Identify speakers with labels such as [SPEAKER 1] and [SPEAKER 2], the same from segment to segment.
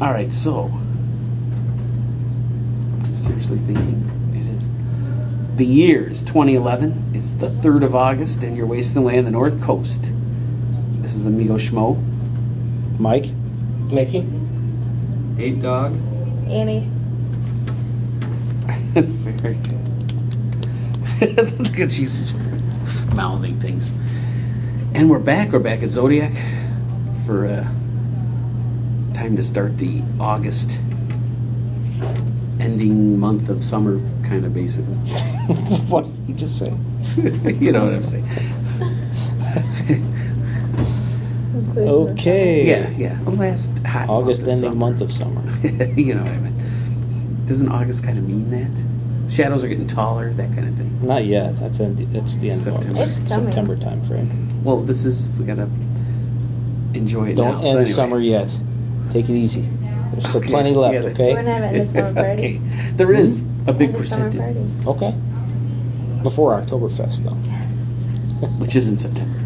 [SPEAKER 1] All right, so I'm seriously thinking it is. The year is 2011. It's the 3rd of August, and you're wasting away on the North Coast. This is Amigo Schmo.
[SPEAKER 2] Mike?
[SPEAKER 3] Mickey?
[SPEAKER 4] Eight Dog.
[SPEAKER 5] Annie.
[SPEAKER 1] Very good. Look at she's mouthing things. And we're back. We're back at Zodiac for uh, time to start the August ending month of summer, kind of basically.
[SPEAKER 2] what did you just say?
[SPEAKER 1] you know what I'm saying?
[SPEAKER 2] Okay.
[SPEAKER 1] Yeah, yeah. The last hot
[SPEAKER 2] August
[SPEAKER 1] month of
[SPEAKER 2] ending
[SPEAKER 1] summer.
[SPEAKER 2] month of summer.
[SPEAKER 1] you know what I mean? Doesn't August kind of mean that? Shadows are getting taller, that kind of thing.
[SPEAKER 2] Not yet. That's end, that's the end
[SPEAKER 1] September.
[SPEAKER 2] of
[SPEAKER 5] It's
[SPEAKER 2] August.
[SPEAKER 5] coming.
[SPEAKER 2] September time frame.
[SPEAKER 1] Well, this is we gotta enjoy it
[SPEAKER 2] Don't
[SPEAKER 1] now.
[SPEAKER 2] end
[SPEAKER 1] so anyway.
[SPEAKER 2] summer yet. Take it easy. There's still plenty
[SPEAKER 1] Yeah,
[SPEAKER 2] left,
[SPEAKER 1] that's-
[SPEAKER 2] okay?
[SPEAKER 5] We're not having the summer party.
[SPEAKER 1] okay, there is a big
[SPEAKER 5] And the summer
[SPEAKER 1] percentage,
[SPEAKER 5] party.
[SPEAKER 2] Okay. Before Oktoberfest, though.
[SPEAKER 1] which is in September.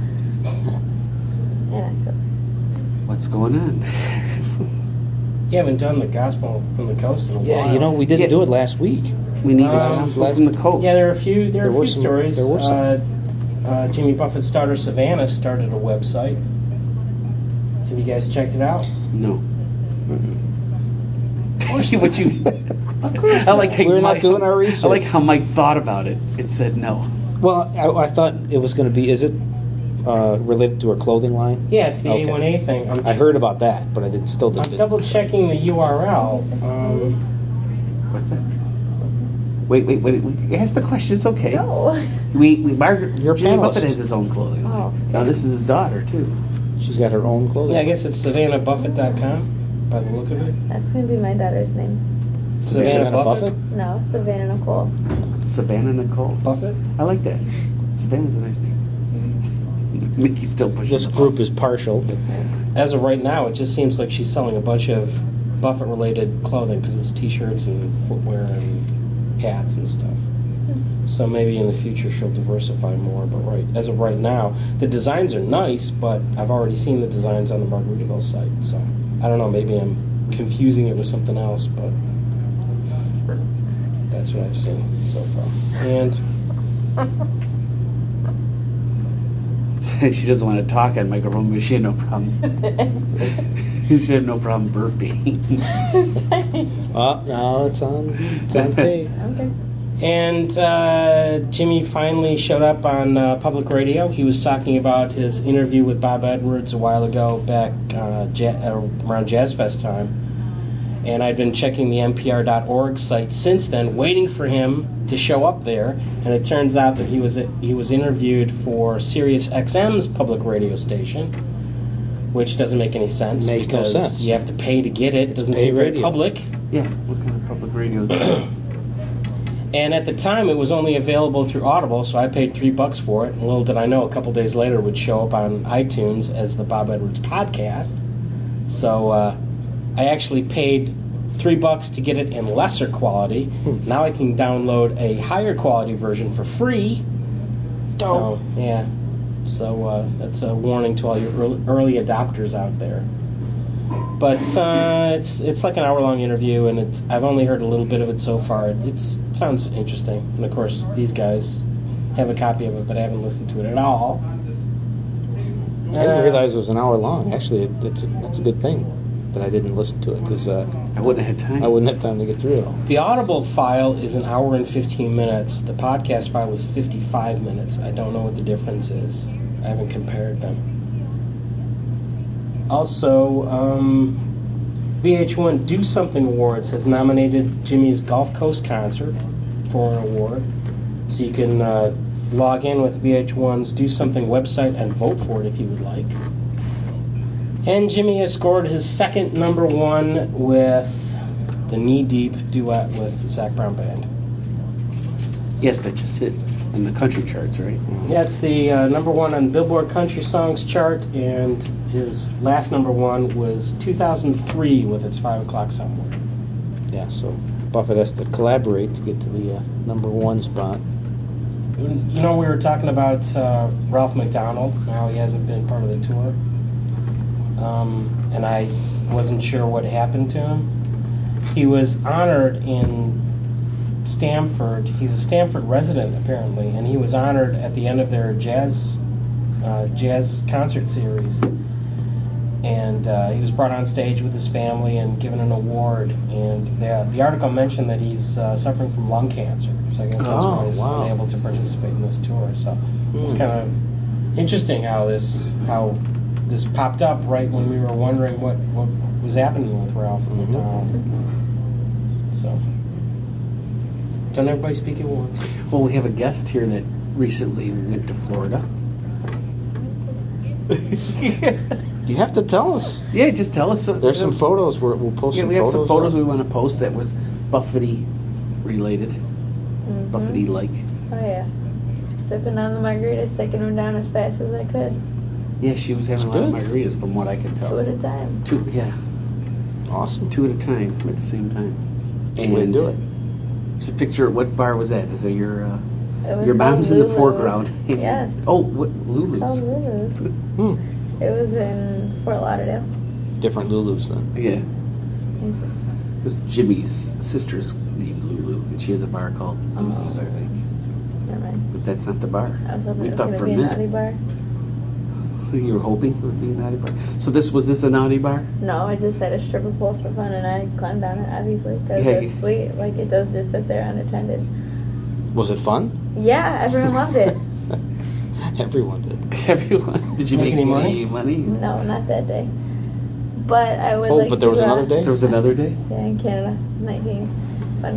[SPEAKER 5] And October.
[SPEAKER 1] What's going on?
[SPEAKER 3] You haven't done the gospel from the coast in a while.
[SPEAKER 2] Yeah, you know, we didn't
[SPEAKER 1] Yeah.
[SPEAKER 2] do it last week.
[SPEAKER 1] we need
[SPEAKER 3] Um,
[SPEAKER 1] a gospel from the coast.
[SPEAKER 3] Yeah, there are a few.
[SPEAKER 2] Uh, There
[SPEAKER 3] There, are a
[SPEAKER 2] were
[SPEAKER 3] few
[SPEAKER 2] some-
[SPEAKER 3] stories.
[SPEAKER 2] there were some.
[SPEAKER 3] Uh, uh, Jimmy Buffett's daughter Savannah started a website. Have you guys checked it out?
[SPEAKER 1] no. what you?
[SPEAKER 3] Of course.
[SPEAKER 1] I like how
[SPEAKER 2] We're not
[SPEAKER 1] Mike-
[SPEAKER 2] doing our
[SPEAKER 1] I like
[SPEAKER 2] research.
[SPEAKER 1] how Mike thought about it. It said no.
[SPEAKER 2] Well, I, I thought it was going to be. Is it uh, related to our clothing line?
[SPEAKER 3] Yeah, it's the
[SPEAKER 2] Okay.
[SPEAKER 3] A1A thing. I'm,
[SPEAKER 2] I heard about that, but I didn't. Still didn't.
[SPEAKER 3] I'm double checking the URL. Um,
[SPEAKER 1] What's that? Wait, wait, wait, wait. Ask the question. It's okay.
[SPEAKER 5] No.
[SPEAKER 1] We, we Margaret,
[SPEAKER 2] You're a
[SPEAKER 1] Jimmy
[SPEAKER 2] panelist.
[SPEAKER 1] Buffett has his own clothing.
[SPEAKER 5] Oh.
[SPEAKER 1] Now this is his daughter too.
[SPEAKER 2] She's got her own clothing.
[SPEAKER 3] yeah, I guess it's SavannahBuffett.com by the look of it.
[SPEAKER 5] That's gonna be my daughter's name.
[SPEAKER 2] Savannah,
[SPEAKER 3] Savannah
[SPEAKER 2] Buffett.
[SPEAKER 3] Buffett?
[SPEAKER 5] No, Savannah Nicole.
[SPEAKER 1] Savannah Nicole.
[SPEAKER 3] Buffett.
[SPEAKER 1] I like that. Savannah's a nice name. Mickey's still pushing.
[SPEAKER 2] This
[SPEAKER 1] the
[SPEAKER 2] Mm-hmm. group is partial. But
[SPEAKER 3] As of right now, it just seems like she's selling a bunch of Buffett-related clothing because it's T-shirts and footwear and hats and stuff. So maybe in the future she'll diversify more. But right as of right now, the designs are nice, but I've already seen the designs on the Margaritaville site. So I don't know. Maybe I'm confusing it with something else, but that's what I've seen so far. And
[SPEAKER 1] ball. she doesn't want to talk on microphone, but she had no problem. she had no problem burping.
[SPEAKER 2] oh, no, it's on. It's on tape.
[SPEAKER 5] okay.
[SPEAKER 3] And uh, Jimmy finally showed up on uh, public radio. He was talking about his interview with Bob Edwards a while ago, back uh, ja- uh, around Jazz Fest time. And I'd been checking the NPR.org site since then, waiting for him to show up there. And it turns out that he was he was interviewed for Sirius XM's public radio station, which doesn't make any sense
[SPEAKER 2] Makes no
[SPEAKER 3] because
[SPEAKER 2] sense.
[SPEAKER 3] you have to pay to get it. doesn't
[SPEAKER 2] paid
[SPEAKER 3] seem very
[SPEAKER 2] radio.
[SPEAKER 3] public.
[SPEAKER 1] yeah. What kind of public radio is that?
[SPEAKER 3] And at the time, it was only available through Audible, so I paid three bucks for it. And little did I know, a couple days later, it would show up on iTunes as the Bob Edwards podcast. So uh, I actually paid three bucks to get it in lesser quality. Now I can download a higher quality version for free. So yeah, so uh, that's a warning to all your early, early adopters out there. But uh, it's it's like an hour long interview, and it's I've only heard a little bit of it so far. It, it's, it sounds interesting, and of course these guys have a copy of it, but I haven't listened to it at all.
[SPEAKER 2] I didn't realize it was an hour long. Actually, it, it's a, that's a good thing that I didn't listen to it because uh,
[SPEAKER 1] I wouldn't have had time.
[SPEAKER 2] I wouldn't have time to get through it all.
[SPEAKER 3] The Audible file is an hour and 15 minutes. The podcast file is 55 minutes. I don't know what the difference is. I haven't compared them. Also, um, VH1 Do Something Awards has nominated Jimmy's Gulf Coast concert for an award. So you can uh, log in with VH1's Do Something website and vote for it if you would like. And Jimmy has scored his second number one with the Knee Deep duet with Zach Brown Band.
[SPEAKER 1] Yes, that just hit in the country charts, right?
[SPEAKER 2] Mm-hmm.
[SPEAKER 3] That's the uh, number one on Billboard Country Songs chart, and his last number one was 2003 with its five o'clock somewhere.
[SPEAKER 2] Yeah, so Buffett has to collaborate to get to the uh, number one spot.
[SPEAKER 3] You know, we were talking about uh, Ralph McDonald. How he hasn't been part of the tour. um, and I wasn't sure what happened to him. He was honored in Stamford. He's a Stamford resident apparently, and he was honored at the end of their jazz uh, jazz concert series. And uh, he was brought on stage with his family and given an award. And the, the article mentioned that he's uh, suffering from lung cancer, so I guess that's
[SPEAKER 2] Oh,
[SPEAKER 3] why he's
[SPEAKER 2] wow.
[SPEAKER 3] unable to participate in this tour. So it's
[SPEAKER 2] Hmm.
[SPEAKER 3] kind of interesting how this how this popped up right when we were wondering what, what was happening with Ralph
[SPEAKER 2] Mhm.
[SPEAKER 1] Mm-hmm.
[SPEAKER 3] McDonald. So don't everybody speak at once.
[SPEAKER 1] Well, we have a guest here that recently went to Florida.
[SPEAKER 2] You have to tell us.
[SPEAKER 1] Yeah, just tell us.
[SPEAKER 2] There's some photos. We're, we'll post
[SPEAKER 1] Yeah,
[SPEAKER 2] some
[SPEAKER 1] we have some
[SPEAKER 2] photos.
[SPEAKER 1] photos
[SPEAKER 2] up.
[SPEAKER 1] we want to post that was Buffety related,
[SPEAKER 2] Mm-hmm.
[SPEAKER 5] Mhm.
[SPEAKER 1] Buffety like.
[SPEAKER 5] Oh yeah. Sipping on the margarita, sticking them down as fast as I could,
[SPEAKER 1] Yeah, she was having a
[SPEAKER 2] It's
[SPEAKER 1] lot of
[SPEAKER 2] good.
[SPEAKER 1] margaritas, from what I can
[SPEAKER 5] two at
[SPEAKER 1] tell.
[SPEAKER 5] a time.
[SPEAKER 1] Two, yeah,
[SPEAKER 2] Awesome.
[SPEAKER 1] two at a time at the same time.
[SPEAKER 2] That's the way to do it.
[SPEAKER 1] There's a picture. What bar was that? Is it your uh,
[SPEAKER 5] It was
[SPEAKER 1] your
[SPEAKER 5] called
[SPEAKER 1] mom's in the
[SPEAKER 5] Lulu's.
[SPEAKER 1] foreground?
[SPEAKER 5] yes.
[SPEAKER 1] oh, what,
[SPEAKER 5] It's
[SPEAKER 1] Lulu's.
[SPEAKER 5] called Lulu's.
[SPEAKER 2] Hmm.
[SPEAKER 5] It was in Fort Lauderdale.
[SPEAKER 2] Different Lulus then.
[SPEAKER 1] Yeah. This Jimmy's sister's named Lulu, and she has a bar called Lulu's, I think.
[SPEAKER 5] Oh. Never mind.
[SPEAKER 1] But that's not the bar.
[SPEAKER 5] I was
[SPEAKER 1] We
[SPEAKER 5] hoping it was
[SPEAKER 1] thought
[SPEAKER 5] gonna
[SPEAKER 1] for a
[SPEAKER 5] be an Audi
[SPEAKER 1] minute.
[SPEAKER 5] bar.
[SPEAKER 1] You were hoping it would be an Audi bar. So this was this an Audi bar?
[SPEAKER 5] No, I just had a stripper pole for fun, and I climbed on it obviously because
[SPEAKER 1] Yeah,
[SPEAKER 5] it's
[SPEAKER 1] you-
[SPEAKER 5] sweet. Like it does just sit there unattended.
[SPEAKER 2] Was it fun?
[SPEAKER 5] Yeah, everyone loved it.
[SPEAKER 2] Everyone did.
[SPEAKER 1] Everyone. Did you make,
[SPEAKER 3] Make any money?
[SPEAKER 1] money?
[SPEAKER 5] No, not that day. But I would.
[SPEAKER 2] Oh,
[SPEAKER 5] like
[SPEAKER 2] but there
[SPEAKER 5] to,
[SPEAKER 2] was
[SPEAKER 5] uh,
[SPEAKER 2] another day?
[SPEAKER 1] There was another day.
[SPEAKER 5] Yeah, in Canada, 19 fun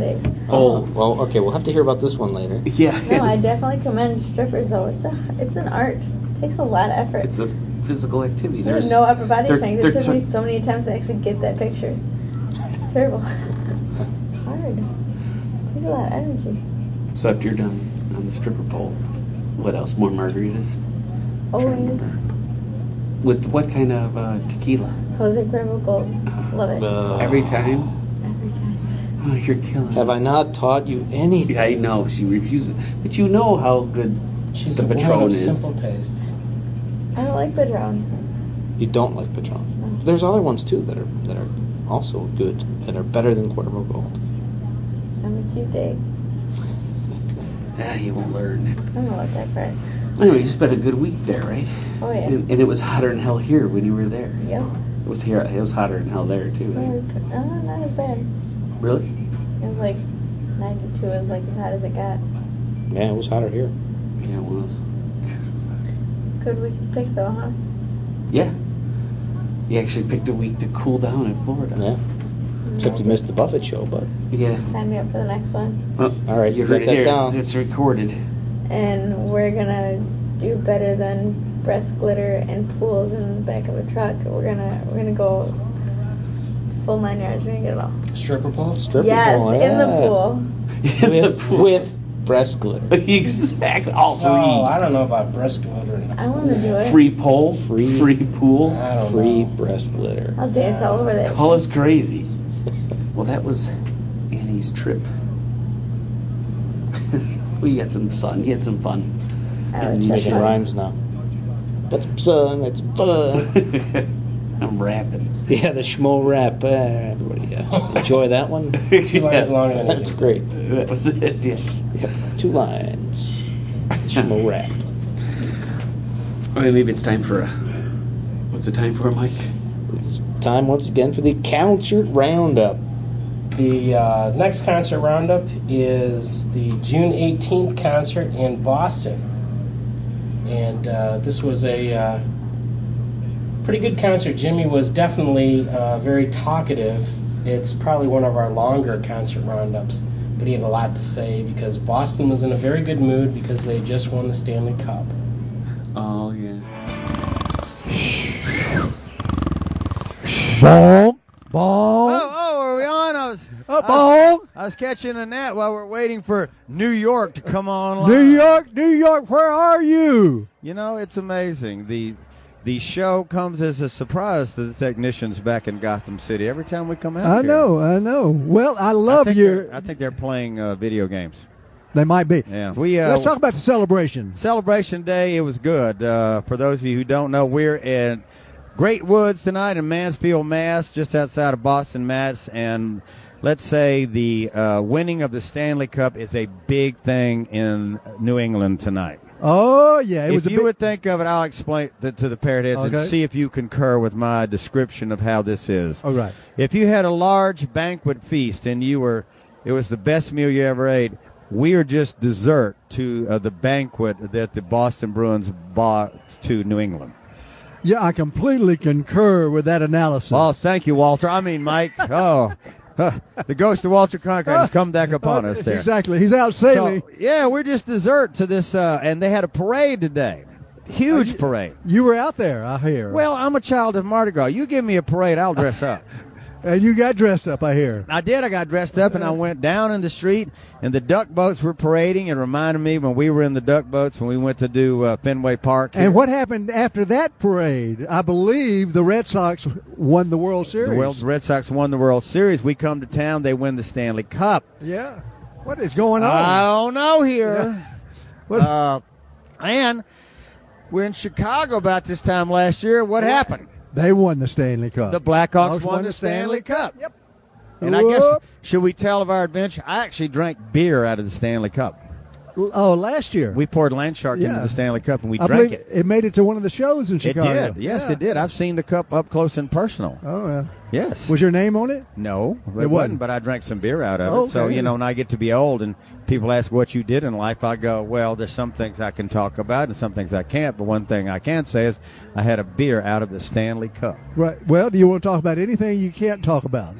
[SPEAKER 5] days.
[SPEAKER 1] Oh.
[SPEAKER 2] Uh, well, okay. We'll have to hear about this one later.
[SPEAKER 1] Yeah.
[SPEAKER 5] No, I definitely commend strippers though. It's a, it's an art. It takes a lot of effort.
[SPEAKER 1] it's a physical activity.
[SPEAKER 5] There's no upper body
[SPEAKER 1] they're-
[SPEAKER 5] strength.
[SPEAKER 1] they're
[SPEAKER 5] It took
[SPEAKER 1] t-
[SPEAKER 5] me so many attempts to actually get that picture. It's terrible. it's hard. Take a lot of energy.
[SPEAKER 1] So after you're done on the stripper pole, what else? More margaritas?
[SPEAKER 5] Always.
[SPEAKER 1] With what kind of uh, tequila?
[SPEAKER 5] Jose Cuervo Gold. Love it.
[SPEAKER 2] Uh,
[SPEAKER 1] Every time?
[SPEAKER 5] Every time.
[SPEAKER 1] Oh, you're killing
[SPEAKER 2] Have I
[SPEAKER 1] us.
[SPEAKER 2] not taught you anything?
[SPEAKER 1] Yeah, I know. She refuses. But you know how good
[SPEAKER 3] She's
[SPEAKER 1] The
[SPEAKER 3] a woman
[SPEAKER 1] Patron
[SPEAKER 3] of
[SPEAKER 1] is-
[SPEAKER 3] simple tastes.
[SPEAKER 5] I don't like Padron.
[SPEAKER 2] You don't like Patron. There's other ones too that are that are also good that are better than Cuervo Gold.
[SPEAKER 5] I'm a cute date.
[SPEAKER 1] ah, you won't learn.
[SPEAKER 5] I don't know what that part.
[SPEAKER 1] Anyway, you spent a good week there, right?
[SPEAKER 5] Oh yeah.
[SPEAKER 1] And, and it was hotter than hell here when you were there.
[SPEAKER 5] Yep.
[SPEAKER 1] It was here. It was hotter than hell there too.
[SPEAKER 5] Yeah,
[SPEAKER 1] right?
[SPEAKER 5] we put- Oh, not as bad.
[SPEAKER 1] Really?
[SPEAKER 5] It was like 92 is like as hot as it got.
[SPEAKER 2] Yeah, it was hotter here.
[SPEAKER 1] Yeah, it was. Gosh, it was hot.
[SPEAKER 5] Good week to pick though, huh?
[SPEAKER 1] Yeah. You actually picked a week to cool down in Florida.
[SPEAKER 2] Yeah. Except you missed the Buffett show, but
[SPEAKER 1] Yeah.
[SPEAKER 5] Sign me up for the next one.
[SPEAKER 1] Well,
[SPEAKER 2] All right,
[SPEAKER 1] you heard
[SPEAKER 2] write
[SPEAKER 1] it
[SPEAKER 2] that
[SPEAKER 1] here. It's,
[SPEAKER 2] down.
[SPEAKER 1] it's recorded.
[SPEAKER 5] And we're gonna do better than breast glitter and pools in the back of a truck. We're gonna we're gonna go full nine yards. We're gonna get it all.
[SPEAKER 3] Stripper pole?
[SPEAKER 2] stripper
[SPEAKER 5] yes,
[SPEAKER 2] pole,
[SPEAKER 5] in the
[SPEAKER 2] yeah.
[SPEAKER 5] pool.
[SPEAKER 2] with with breast glitter.
[SPEAKER 1] exactly all three.
[SPEAKER 3] Oh, I don't know about breast glitter.
[SPEAKER 5] I want to do it.
[SPEAKER 1] Free pole,
[SPEAKER 2] Free-
[SPEAKER 1] free pool.
[SPEAKER 3] I don't
[SPEAKER 2] Free
[SPEAKER 3] know.
[SPEAKER 2] breast glitter.
[SPEAKER 5] I'll dance all over that.
[SPEAKER 1] Call us crazy. Well, that was Annie's trip. we had some fun. You had some fun.
[SPEAKER 5] I was
[SPEAKER 1] You
[SPEAKER 5] trying
[SPEAKER 1] should
[SPEAKER 2] Making
[SPEAKER 5] to-
[SPEAKER 2] rhymes now. That's fun. That's fun.
[SPEAKER 1] I'm rapping.
[SPEAKER 2] Yeah, the schmo rap. Uh, everybody, uh, enjoy that one.
[SPEAKER 3] Two lines longer than it
[SPEAKER 2] That's
[SPEAKER 3] is.
[SPEAKER 2] great.
[SPEAKER 1] That was it. Yeah.
[SPEAKER 2] Yep, two lines. Schmo rap.
[SPEAKER 1] All right, maybe it's time for a. What's the time for, Mike?
[SPEAKER 2] It's time once again for the concert roundup.
[SPEAKER 3] The uh, next concert roundup is the June 18th concert in Boston. And uh, this was a uh, pretty good concert. Jimmy was definitely uh, very talkative. It's probably one of our longer concert roundups, but he had a lot to say because Boston was in a very good mood because they just won the Stanley Cup.
[SPEAKER 1] Oh yeah.
[SPEAKER 6] Bonk, bonk,
[SPEAKER 7] Oh, oh, are we on? I was,
[SPEAKER 6] Oh, bonk.
[SPEAKER 7] I was catching a net while we're waiting for New York to come on.
[SPEAKER 6] New York, New York, where are you?
[SPEAKER 7] You know, it's amazing. The the show comes as a surprise to the technicians back in Gotham City every time we come out.
[SPEAKER 6] I
[SPEAKER 7] here.
[SPEAKER 6] know, I know. Well, I
[SPEAKER 7] I
[SPEAKER 6] love
[SPEAKER 7] think
[SPEAKER 6] you.
[SPEAKER 7] they're- I think they're playing uh, video games.
[SPEAKER 6] They might be.
[SPEAKER 7] Yeah. We uh,
[SPEAKER 6] Let's talk about the celebrations.
[SPEAKER 7] Celebration Day, it was good. Uh, for those of you who don't know, we're in Great Woods tonight in Mansfield, Mass, just outside of Boston, Mass. And let's say the uh, winning of the Stanley Cup is a big thing in New England tonight.
[SPEAKER 6] Oh yeah, it
[SPEAKER 7] if
[SPEAKER 6] was a
[SPEAKER 7] you
[SPEAKER 6] big,
[SPEAKER 7] would think of it, I'll explain to, to the parrot heads
[SPEAKER 6] Okay.
[SPEAKER 7] and see if you concur with my description of how this is.
[SPEAKER 6] All right.
[SPEAKER 7] If you had a large banquet feast and you were, it was the best meal you ever ate. We are just dessert to uh, the banquet that the Boston Bruins bought to New England.
[SPEAKER 6] yeah, I completely concur with that analysis.
[SPEAKER 7] Oh, thank you, Walter. I mean, Mike. Oh, huh, the ghost of Walter Cronkite has come back upon us there.
[SPEAKER 6] Exactly. He's out
[SPEAKER 7] So,
[SPEAKER 6] sailing.
[SPEAKER 7] yeah, we're just dessert to this, uh, and they had a parade today. Huge parade.
[SPEAKER 6] you were out there, I hear.
[SPEAKER 7] Well, I'm a child of Mardi Gras. You give me a parade, I'll dress up.
[SPEAKER 6] and you got dressed up, I hear.
[SPEAKER 7] I did. I got dressed up and I went down in the street, and the duck boats were parading. It reminded me when we were in the duck boats when we went to do uh, Fenway Park. here.
[SPEAKER 6] And what happened after that parade? I believe the Red Sox won the World Series.
[SPEAKER 7] The World, Red Sox won the World Series. We come to town, they win the Stanley Cup.
[SPEAKER 6] yeah. What is going on?
[SPEAKER 7] I don't know here.
[SPEAKER 6] Oh. What-
[SPEAKER 7] Uh, and we're in Chicago about this time last year. What happened?
[SPEAKER 6] they won the Stanley Cup.
[SPEAKER 7] The Blackhawks
[SPEAKER 6] Hawks
[SPEAKER 7] won, the Stanley, Cup.
[SPEAKER 6] Yep.
[SPEAKER 7] And I guess
[SPEAKER 6] Whoop.
[SPEAKER 7] should we tell of our adventure? I actually drank beer out of the Stanley Cup.
[SPEAKER 6] oh, last year.
[SPEAKER 7] We poured Landshark into
[SPEAKER 6] Yeah.
[SPEAKER 7] the Stanley Cup and we
[SPEAKER 6] I
[SPEAKER 7] drank
[SPEAKER 6] believe
[SPEAKER 7] it.
[SPEAKER 6] it. made it to one of the shows in
[SPEAKER 7] It
[SPEAKER 6] Chicago.
[SPEAKER 7] did. Yes, it did. I've seen the cup up close and personal.
[SPEAKER 6] Oh, yeah.
[SPEAKER 7] Yes.
[SPEAKER 6] Was your name on it?
[SPEAKER 7] no, it,
[SPEAKER 6] wasn't.
[SPEAKER 7] wasn't. But I drank some beer out of it. So
[SPEAKER 6] Okay.
[SPEAKER 7] you know, and I get to be old, and people ask what you did in life. I go, well, there's some things I can talk about, and some things I can't. But one thing I can say is, I had a beer out of the Stanley Cup.
[SPEAKER 6] Right. Well, do you want to talk about anything you can't talk about?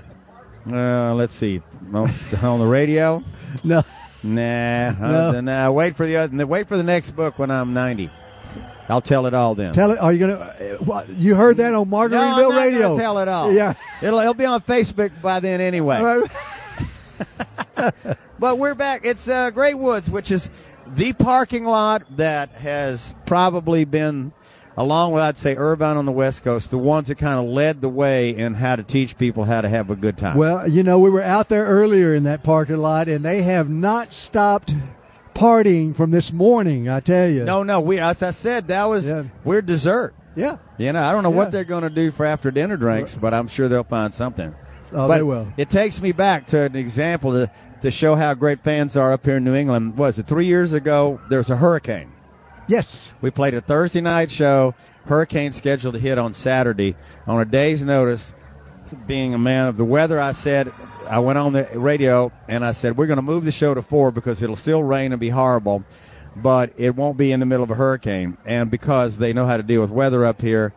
[SPEAKER 7] Uh, let's see, on, on the radio.
[SPEAKER 6] No.
[SPEAKER 7] Nah,
[SPEAKER 6] No.
[SPEAKER 7] uh, nah. Wait for the other, wait for the next book when I'm 90. I'll tell it all then.
[SPEAKER 6] Tell it. Are you gonna? uh, What, you heard that on
[SPEAKER 7] no, I'm
[SPEAKER 6] Margaritaville
[SPEAKER 7] not gonna
[SPEAKER 6] Radio?
[SPEAKER 7] tell it all.
[SPEAKER 6] Yeah.
[SPEAKER 7] it'll it'll be on Facebook by then anyway.
[SPEAKER 6] Right.
[SPEAKER 7] But we're back. It's uh, Great Woods, which is the parking lot that has probably been, along with I'd say Irvine on the West Coast, the ones that kind of led the way in how to teach people how to have a good time.
[SPEAKER 6] Well, you know, we were out there earlier in that parking lot, and they have not stopped partying from this morning. I tell you.
[SPEAKER 7] no, no, we as I said, that was
[SPEAKER 6] Yeah.
[SPEAKER 7] we're dessert.
[SPEAKER 6] Yeah.
[SPEAKER 7] You know, I don't know
[SPEAKER 6] Yeah.
[SPEAKER 7] what they're going to do for after dinner drinks, but I'm sure they'll find something.
[SPEAKER 6] Oh,
[SPEAKER 7] but
[SPEAKER 6] they will.
[SPEAKER 7] It takes me back to an example to, to show how great fans are up here in New England. Was it three years ago? There was a hurricane.
[SPEAKER 6] Yes.
[SPEAKER 7] We played a Thursday night show. Hurricane scheduled to hit on Saturday. On a day's notice, being a man of the weather, I said, I went on the radio and I said, we're going to move the show to four because it'll still rain and be horrible, but it won't be in the middle of a hurricane. And because they know how to deal with weather up here,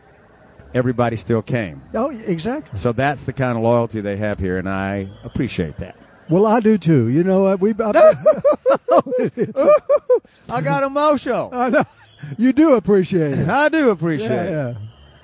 [SPEAKER 7] everybody still came.
[SPEAKER 6] Oh, exactly.
[SPEAKER 7] So that's the kind of loyalty they have here, and I appreciate that.
[SPEAKER 6] Well, I do too. You know, uh, we.
[SPEAKER 7] I got emotional.
[SPEAKER 6] I know. You do appreciate it.
[SPEAKER 7] I do appreciate it. Uh,
[SPEAKER 6] Yeah, yeah.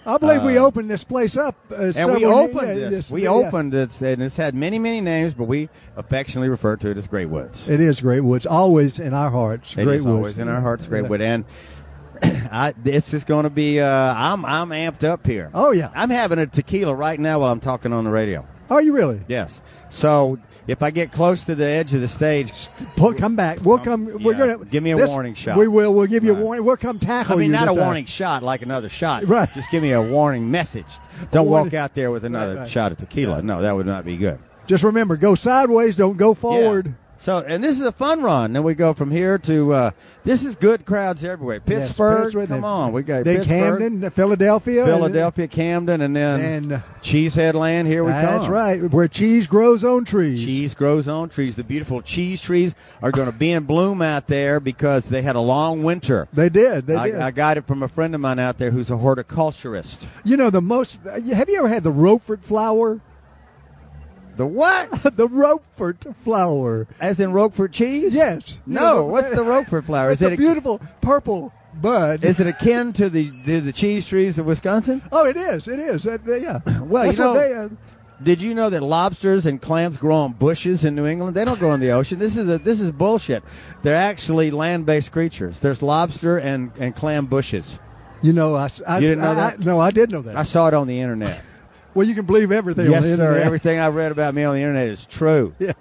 [SPEAKER 6] I believe we opened this place up. Uh,
[SPEAKER 7] And we opened this. We
[SPEAKER 6] opened.
[SPEAKER 7] opened this, and it's had many, many names, but we affectionately refer to it as Great Woods.
[SPEAKER 6] It is Great Woods, always in our hearts.
[SPEAKER 7] It
[SPEAKER 6] Great
[SPEAKER 7] is
[SPEAKER 6] Woods
[SPEAKER 7] always in our hearts, Great Wood. And I, this is going to be. Uh, I'm I'm amped up here.
[SPEAKER 6] Oh yeah.
[SPEAKER 7] I'm having a tequila right now while I'm talking on the radio.
[SPEAKER 6] Are you really?
[SPEAKER 7] Yes. So if I get close to the edge of the stage,
[SPEAKER 6] We'll come back. We'll come.
[SPEAKER 7] Um,
[SPEAKER 6] We're
[SPEAKER 7] yeah.
[SPEAKER 6] gonna
[SPEAKER 7] Give me a
[SPEAKER 6] this-
[SPEAKER 7] warning shot.
[SPEAKER 6] We will. We'll give you a
[SPEAKER 7] Right.
[SPEAKER 6] warning. We'll come
[SPEAKER 7] I
[SPEAKER 6] tackle
[SPEAKER 7] mean,
[SPEAKER 6] you.
[SPEAKER 7] not a
[SPEAKER 6] this time.
[SPEAKER 7] warning shot like another shot.
[SPEAKER 6] Right.
[SPEAKER 7] Just give me a warning message. Don't
[SPEAKER 6] warning-
[SPEAKER 7] walk out there with another
[SPEAKER 6] right.
[SPEAKER 7] shot of tequila. No, that would not be good.
[SPEAKER 6] Just remember, go sideways. Don't go
[SPEAKER 7] Yeah.
[SPEAKER 6] forward.
[SPEAKER 7] So, and this is a fun run. Then we go from here to uh, this is good crowds everywhere.
[SPEAKER 6] Yes,
[SPEAKER 7] Pittsburgh,
[SPEAKER 6] Pittsburgh,
[SPEAKER 7] come
[SPEAKER 6] then-
[SPEAKER 7] on, we got
[SPEAKER 6] Then
[SPEAKER 7] Pittsburgh,
[SPEAKER 6] Camden, Philadelphia, and-
[SPEAKER 7] Philadelphia, Camden, and then
[SPEAKER 6] And- uh,
[SPEAKER 7] Cheesehead Land. Here we come.
[SPEAKER 6] That's right. Where cheese grows on trees.
[SPEAKER 7] Cheese grows on trees. The beautiful cheese trees are going to be in bloom out there because they had a long winter.
[SPEAKER 6] They did. They did.
[SPEAKER 7] I, I got it from a friend of mine out there who's a horticulturist.
[SPEAKER 6] you know the most. Have you ever had the Roquefort flower?
[SPEAKER 7] The what?
[SPEAKER 6] the Roquefort flower.
[SPEAKER 7] As in Roquefort cheese?
[SPEAKER 6] Yes.
[SPEAKER 7] No. What's the Roquefort flower?
[SPEAKER 6] It's
[SPEAKER 7] Is it
[SPEAKER 6] a
[SPEAKER 7] a-
[SPEAKER 6] beautiful purple bud.
[SPEAKER 7] Is it akin to the to the cheese trees of Wisconsin?
[SPEAKER 6] oh, it is. It is. That- that- yeah.
[SPEAKER 7] Well, you
[SPEAKER 6] That's what
[SPEAKER 7] know-
[SPEAKER 6] they, uh,
[SPEAKER 7] Did you know that lobsters and clams grow on bushes in New England? They don't grow in the ocean. This is a, this is bullshit. They're actually land-based creatures. There's lobster and, and clam bushes.
[SPEAKER 6] you know, I, s- I-
[SPEAKER 7] You didn't know
[SPEAKER 6] I-
[SPEAKER 7] that?
[SPEAKER 6] I- no, I did know that.
[SPEAKER 7] I saw it on the internet.
[SPEAKER 6] well, you can believe everything.
[SPEAKER 7] yes,
[SPEAKER 6] on the
[SPEAKER 7] sir.
[SPEAKER 6] internet.
[SPEAKER 7] Everything I read about me on the internet is true.
[SPEAKER 6] Yeah.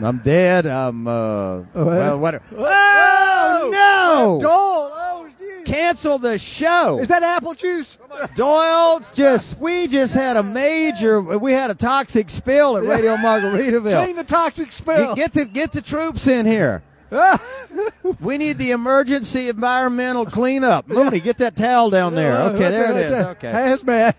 [SPEAKER 7] I'm dead. I'm uh,
[SPEAKER 6] Oh, hey.
[SPEAKER 7] well, whatever. Oh no!
[SPEAKER 6] Dole. Oh, geez.
[SPEAKER 8] cancel the show.
[SPEAKER 6] Is that apple juice?
[SPEAKER 8] Doyle just we just had a major we had a toxic spill at Radio
[SPEAKER 6] Clean
[SPEAKER 8] Margaritaville.
[SPEAKER 6] the toxic
[SPEAKER 8] Get,
[SPEAKER 6] smell.
[SPEAKER 8] get the get the troops in here. we need the emergency environmental cleanup. Mooney, get that towel down there. Okay, there it is. Okay.
[SPEAKER 6] Hazmat.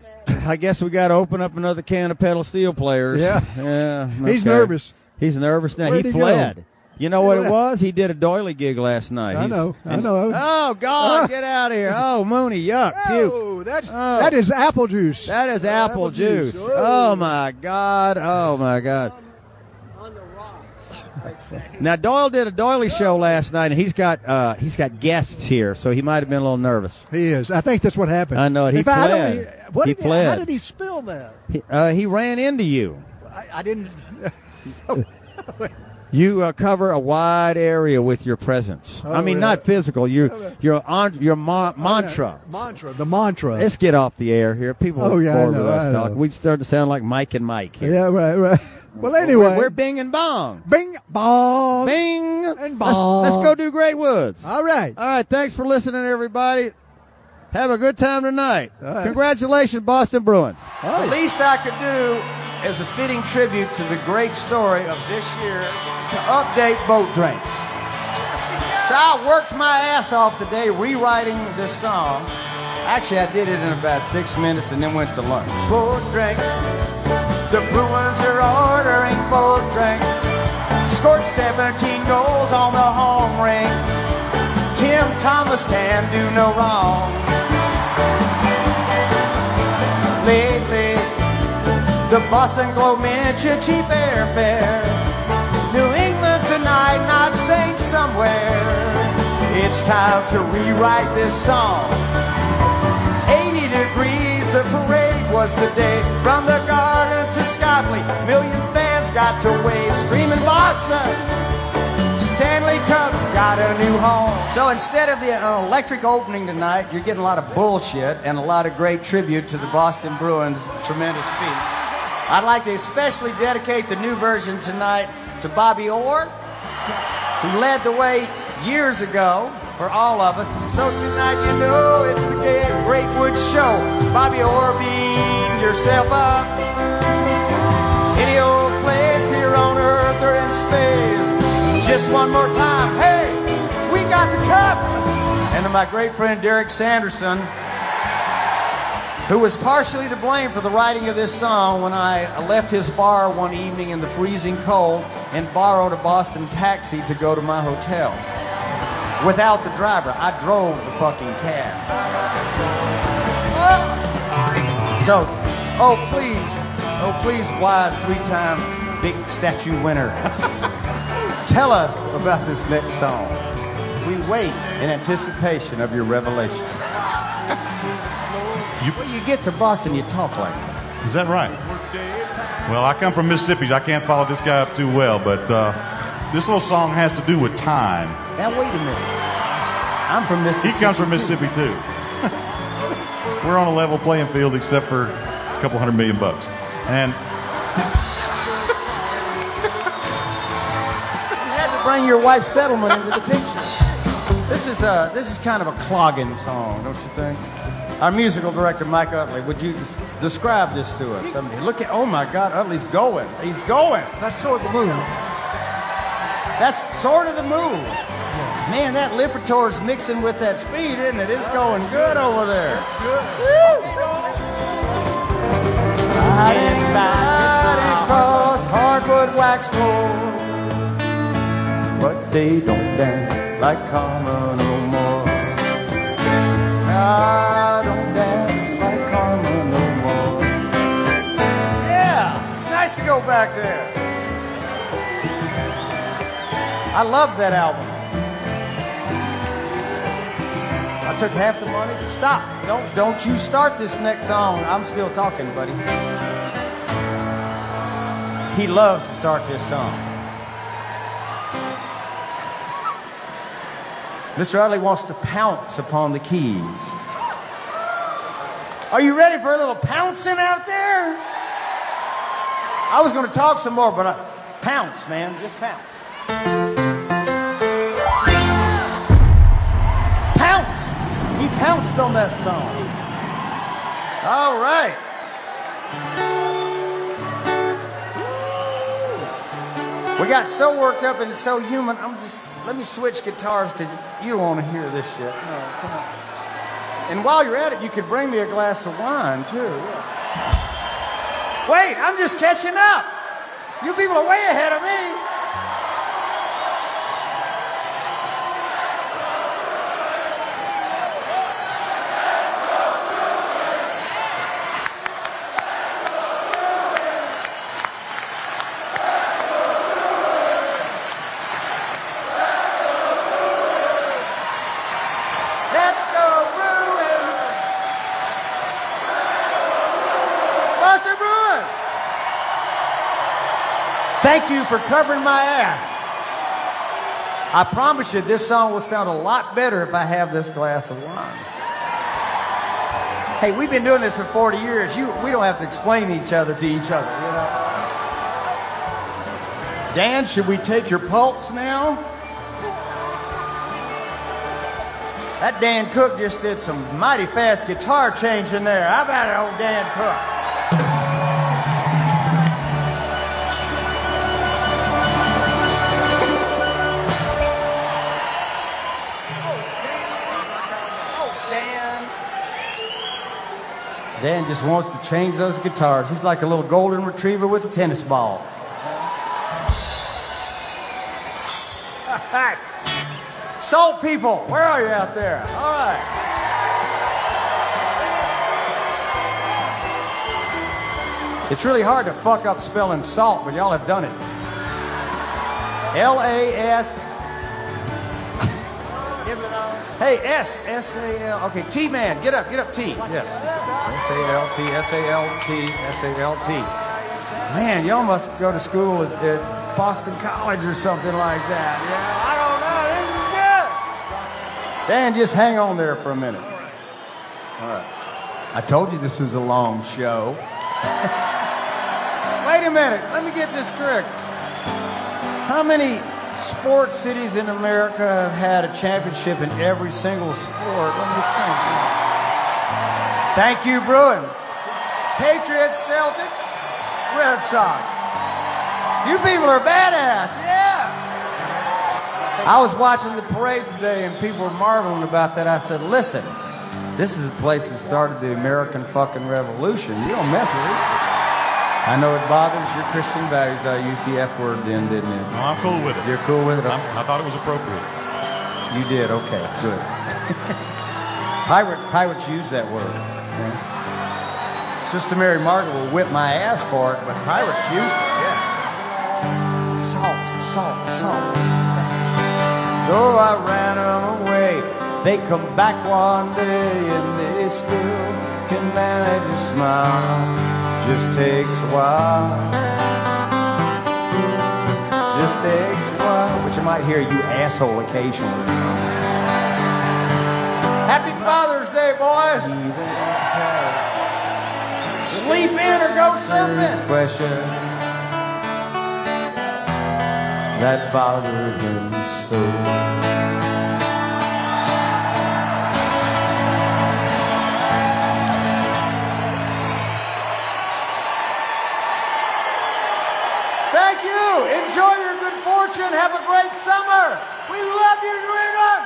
[SPEAKER 8] I guess we got to open up another can of pedal steel players.
[SPEAKER 6] Yeah.
[SPEAKER 8] Yeah.
[SPEAKER 6] He's
[SPEAKER 8] okay.
[SPEAKER 6] nervous.
[SPEAKER 8] He's nervous now.
[SPEAKER 6] Where'd
[SPEAKER 8] he
[SPEAKER 6] he go?
[SPEAKER 8] fled. You know what it
[SPEAKER 6] Yeah.
[SPEAKER 8] was? He did a doily gig last night.
[SPEAKER 6] I
[SPEAKER 8] He's-
[SPEAKER 6] know. I know. Ah.
[SPEAKER 8] Oh God, get out of here. Oh Mooney, yuck, puke.
[SPEAKER 6] Oh, that's,
[SPEAKER 8] Oh.
[SPEAKER 6] that is apple juice.
[SPEAKER 8] That is apple,
[SPEAKER 6] apple
[SPEAKER 8] juice.
[SPEAKER 6] juice.
[SPEAKER 8] Oh my God. Oh my God. Now Doyle did a Doily show last night, and he's got uh, he's got guests here, so he might have been a little nervous.
[SPEAKER 6] he is. I think that's what happened.
[SPEAKER 8] I know it. He
[SPEAKER 6] In fact, I don't
[SPEAKER 8] pled.
[SPEAKER 6] e- what
[SPEAKER 8] He
[SPEAKER 6] did
[SPEAKER 8] pled.
[SPEAKER 6] How did he spill that?
[SPEAKER 8] He, uh, he ran into you.
[SPEAKER 6] I, I didn't.
[SPEAKER 8] You uh, cover a wide area with your presence. I
[SPEAKER 6] Oh,
[SPEAKER 8] mean,
[SPEAKER 6] yeah. Oh,
[SPEAKER 8] not physical. Your your on, your mon- mantra.
[SPEAKER 6] Mantra. The mantra.
[SPEAKER 8] Let's get off the air here. People
[SPEAKER 6] Oh,
[SPEAKER 8] are
[SPEAKER 6] yeah, I
[SPEAKER 8] bored
[SPEAKER 6] know,
[SPEAKER 8] with us
[SPEAKER 6] I know.
[SPEAKER 8] talking. We start to sound like Mike and Mike here.
[SPEAKER 6] yeah, right, right. Well, anyway.
[SPEAKER 8] We're, we're bing and bong.
[SPEAKER 6] bing, bong.
[SPEAKER 8] Bing
[SPEAKER 6] And
[SPEAKER 8] Let's-
[SPEAKER 6] bong.
[SPEAKER 8] Let's, go do Great Woods.
[SPEAKER 6] All right.
[SPEAKER 8] All right, thanks for listening, everybody. Have a good time tonight.
[SPEAKER 6] All right.
[SPEAKER 8] Congratulations, Boston Bruins.
[SPEAKER 6] All
[SPEAKER 7] The
[SPEAKER 6] right.
[SPEAKER 7] least I could do as a fitting tribute to the great story of this year is to update boat drinks. So I worked my ass off today rewriting this song. Actually, I did it in about six minutes and then went to lunch. Boat drinks. The Bruins are ordering boat drinks. Scored 17 goals on the home ring. Tim Thomas can do no wrong. Lately, the Boston Globe mentioned cheap airfare. New England tonight, not Saints somewhere. It's time to rewrite this song. 80 degrees, the parade was today. From the garden to Scotland, million fans got to wave, screaming Boston. Stanley Cup's got a new home. So instead of the an electric opening tonight, you're getting a lot of bullshit and a lot of great tribute to the Boston Bruins' tremendous feat. I'd like to especially dedicate the new version tonight to Bobby Orr, who led the way years ago for all of us. So tonight, you know, it's the Great Wood Show. Bobby Orr, beam yourself up. Any old place here on earth or in space. Just one more time. Hey, we got the cup. And to my great friend Derek Sanderson, who was partially to blame for the writing of this song when I left his bar one evening in the freezing cold and borrowed a Boston taxi to go to my hotel. Without the driver, I drove the fucking cab. So, oh please, oh please, wise three-time big statue winner, tell us about this next song. We wait in anticipation of your revelation. when you get to Boston, you talk like that.
[SPEAKER 9] Is that right? Well, I come from Mississippi. so I can't follow this guy up too well, but uh, this little song has to do with time.
[SPEAKER 7] Now wait a minute, I'm from
[SPEAKER 9] He
[SPEAKER 7] Mississippi.
[SPEAKER 9] comes from
[SPEAKER 7] too.
[SPEAKER 9] Mississippi too. We're on a level playing field except for a couple hundred million bucks. And
[SPEAKER 7] You had to bring your wife's settlement into the picture. This is a this is kind of a clogging song, don't you think? Our musical director, Mike Utley, would you des- describe this to us? I mean, look at oh my God, Utley's going, he's going.
[SPEAKER 6] That's sort of the moon.
[SPEAKER 7] That's sort of the move. Man, that Libertor's mixing with that speed, isn't it? It's going good over there. Sliding sliding across hardwood wax floor. But they don't dance like karma no more. I don't dance like karma no more. Yeah, it's nice to go back there. I love that album. I took half the money. Stop. Don't don't you start this next song. I'm still talking, buddy. He loves to start this song. Mr. Utley wants to pounce upon the keys. Are you ready for a little pouncing out there? I was going to talk some more, but I, pounce, man. Just pounce. Pounce! He pounced on that song. All right. We got so worked up and so human. I'm just let me switch guitars because you don't want to hear this shit. No, Oh, come on. And while you're at it, you could bring me a glass of wine too. yeah. Wait, I'm just catching up. You people are way ahead of me. Let's go, Bruins! Boston Bruins! Thank you for covering my ass. I promise you, this song will sound a lot better if I have this glass of wine. Hey, we've been doing this for 40 years. You, we don't have to explain each other to each other. You know? Dan, should we take your pulse now? That Dan Cook just did some mighty fast guitar changing there. How about it, old Dan Cook? Oh, Dan. Dan just wants to change those guitars. He's like a little golden retriever with a tennis ball. Salt people, where are you out there? All right. It's really hard to fuck up spelling salt, but y'all have done it. L A S. Hey, S S A L. Okay, T man, get up, get up, T. Yes. S A L T S A L T S A L T. Man, y'all must go to school at, at Boston College or something like that. Yeah, I don't know. This is good. Dan, just hang on there for a minute. All right. I told you this was a long show. Wait a minute. Let me get this correct. How many sport cities in America have had a championship in every single sport? Let me think. Thank you, Bruins. Patriots, Celtics, Red Sox. You people are badass. Yeah. I was watching the parade today and people were marveling about that. I said, listen, this is a place that started the American fucking revolution. You don't mess with it. I know it bothers your Christian values. I used the F word then, didn't
[SPEAKER 9] No,
[SPEAKER 7] it?
[SPEAKER 9] I'm cool with it.
[SPEAKER 7] You're cool with it?
[SPEAKER 9] I'm, I thought it was appropriate.
[SPEAKER 7] You did, okay, good. Pirate, pirates use that word. yeah. Sister Mary Margaret will whip my ass for it, but pirates use it, yes. Salt, salt, salt. Though I ran 'em away, they come back one day and they still can manage to smile. Just takes a while. Just takes a while. Which you might hear you asshole occasionally. Happy Father's Day, boys. Sleep in or go surfing. Question that bothered him so. Thank you. Enjoy your good fortune. Have a great summer. We love you, New England.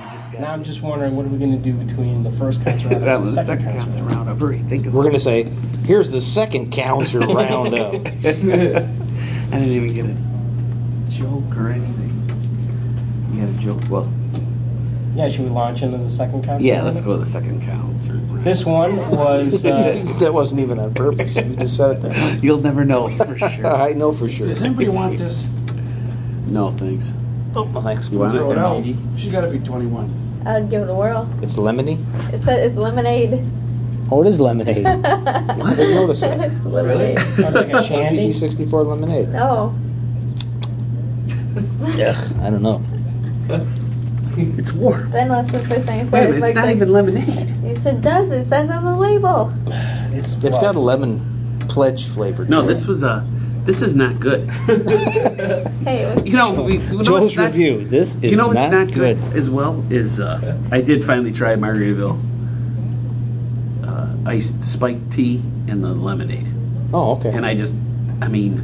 [SPEAKER 1] You just got
[SPEAKER 3] Now I'm just wondering, what are we going to do between the first concert round
[SPEAKER 1] that
[SPEAKER 3] and the
[SPEAKER 1] was the second
[SPEAKER 3] second
[SPEAKER 1] counts
[SPEAKER 3] concert?
[SPEAKER 1] round up. Hurry, think of
[SPEAKER 2] We're gonna say, here's the second counter roundup.
[SPEAKER 1] I didn't even get a joke or anything. You had a joke? Well,
[SPEAKER 3] Yeah, should we launch into the second concert?
[SPEAKER 1] yeah,
[SPEAKER 3] round?
[SPEAKER 1] let's go to the second concert round.
[SPEAKER 3] This one was uh,
[SPEAKER 2] that wasn't even on purpose. You just said it that way.
[SPEAKER 1] You'll never know for sure.
[SPEAKER 2] I know for sure.
[SPEAKER 10] Does anybody want this?
[SPEAKER 1] No, thanks.
[SPEAKER 2] Oh, well, thanks.
[SPEAKER 1] You want
[SPEAKER 10] Throw
[SPEAKER 1] it?
[SPEAKER 10] it out. She's got to be 21.
[SPEAKER 5] I would give it a whirl.
[SPEAKER 2] It's lemony.
[SPEAKER 5] It says it's lemonade.
[SPEAKER 2] Oh, it is lemonade. I didn't notice that.
[SPEAKER 5] lemonade.
[SPEAKER 3] sounds like a shandy.
[SPEAKER 2] PD64 lemonade.
[SPEAKER 5] No.
[SPEAKER 2] Ugh, I don't know.
[SPEAKER 1] It's warm.
[SPEAKER 5] Then what's the first thing it says?
[SPEAKER 1] Wait a minute,
[SPEAKER 5] Like,
[SPEAKER 1] it's not
[SPEAKER 5] like-
[SPEAKER 1] even lemonade.
[SPEAKER 5] Yes, it does. It says on the label.
[SPEAKER 3] It's,
[SPEAKER 2] It's got a
[SPEAKER 3] well,
[SPEAKER 2] lemon pledge flavor. To
[SPEAKER 1] No,
[SPEAKER 2] it.
[SPEAKER 1] this was a This is not good.
[SPEAKER 5] Hey, what's
[SPEAKER 1] You know, we, you know
[SPEAKER 2] Joel's
[SPEAKER 1] what's not-
[SPEAKER 2] review. This is
[SPEAKER 1] You know what's
[SPEAKER 2] not,
[SPEAKER 1] not, good, as well is uh, I did finally try Margaritaville uh, iced spiked tea and the lemonade,
[SPEAKER 2] Oh, okay.
[SPEAKER 1] and I just, I mean,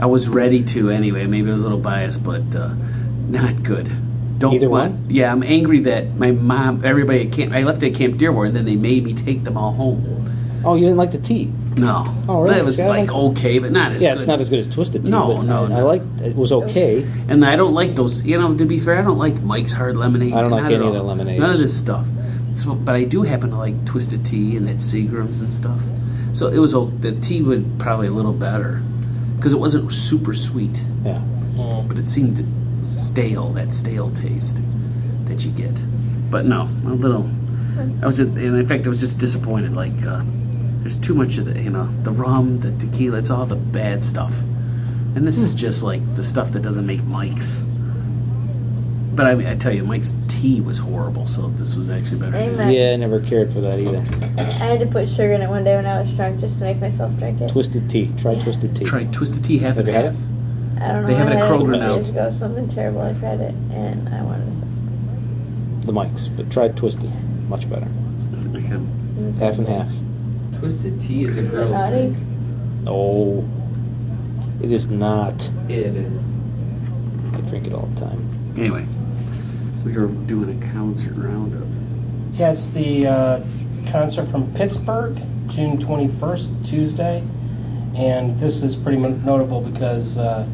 [SPEAKER 1] I was ready to anyway. Maybe I was a little biased, but uh, not good. Don't
[SPEAKER 2] Either
[SPEAKER 1] want.
[SPEAKER 2] one?
[SPEAKER 1] Yeah, I'm angry that my mom, everybody at camp, I left at Camp Dearborn, and then they made me take them all home.
[SPEAKER 2] oh, you didn't like the tea?
[SPEAKER 1] No,
[SPEAKER 2] Oh, really?
[SPEAKER 1] That was
[SPEAKER 2] See, I
[SPEAKER 1] like
[SPEAKER 2] like-
[SPEAKER 1] okay, but not as
[SPEAKER 2] yeah,
[SPEAKER 1] good.
[SPEAKER 2] it's not as good as Twisted Tea.
[SPEAKER 1] No,
[SPEAKER 2] but
[SPEAKER 1] no,
[SPEAKER 2] I, I
[SPEAKER 1] no.
[SPEAKER 2] liked it. was okay.
[SPEAKER 1] And I don't like those. You know, to be fair, I don't like Mike's Hard Lemonade.
[SPEAKER 2] I don't like
[SPEAKER 1] Not at
[SPEAKER 2] any of
[SPEAKER 1] all.
[SPEAKER 2] the lemonades.
[SPEAKER 1] None of this stuff. So, but I do happen to like Twisted Tea and that Seagram's and stuff. So it was o- the tea would probably a little better because it wasn't super sweet,
[SPEAKER 2] Yeah.
[SPEAKER 1] but it seemed stale. That stale taste that you get. But no, a little. I was, just, and in fact, I was just disappointed. Like, uh, there's too much of the, you know, the rum, the tequila. It's all the bad stuff, and this is just like the stuff that doesn't make Mike's. But I mean, I tell you, Mike's tea was horrible, so this was actually better.
[SPEAKER 5] Amen.
[SPEAKER 2] Yeah, I never cared for that either.
[SPEAKER 5] I had to put sugar in it one day when I was drunk just to make myself drink it.
[SPEAKER 2] Twisted Tea. Try Twisted Tea.
[SPEAKER 1] Try twisted tea half
[SPEAKER 2] Have
[SPEAKER 1] and
[SPEAKER 2] you had
[SPEAKER 1] half.
[SPEAKER 2] it?
[SPEAKER 5] I don't know.
[SPEAKER 1] They have
[SPEAKER 5] I
[SPEAKER 1] it at
[SPEAKER 5] had
[SPEAKER 1] Kroger now.
[SPEAKER 5] Years ago, something terrible. I tried it and I wanted.
[SPEAKER 2] The mics, but try Twisted. Much better.
[SPEAKER 1] Okay.
[SPEAKER 2] Half and half.
[SPEAKER 11] Twisted Tea is a
[SPEAKER 5] To
[SPEAKER 11] girl's
[SPEAKER 5] naughty.
[SPEAKER 11] drink.
[SPEAKER 2] Oh, it is not.
[SPEAKER 11] It is.
[SPEAKER 2] I drink it all the time.
[SPEAKER 1] Anyway, we were doing a concert roundup.
[SPEAKER 3] Yeah, it's the uh, concert from Pittsburgh, June 21st, Tuesday. And this is pretty mon- notable because uh,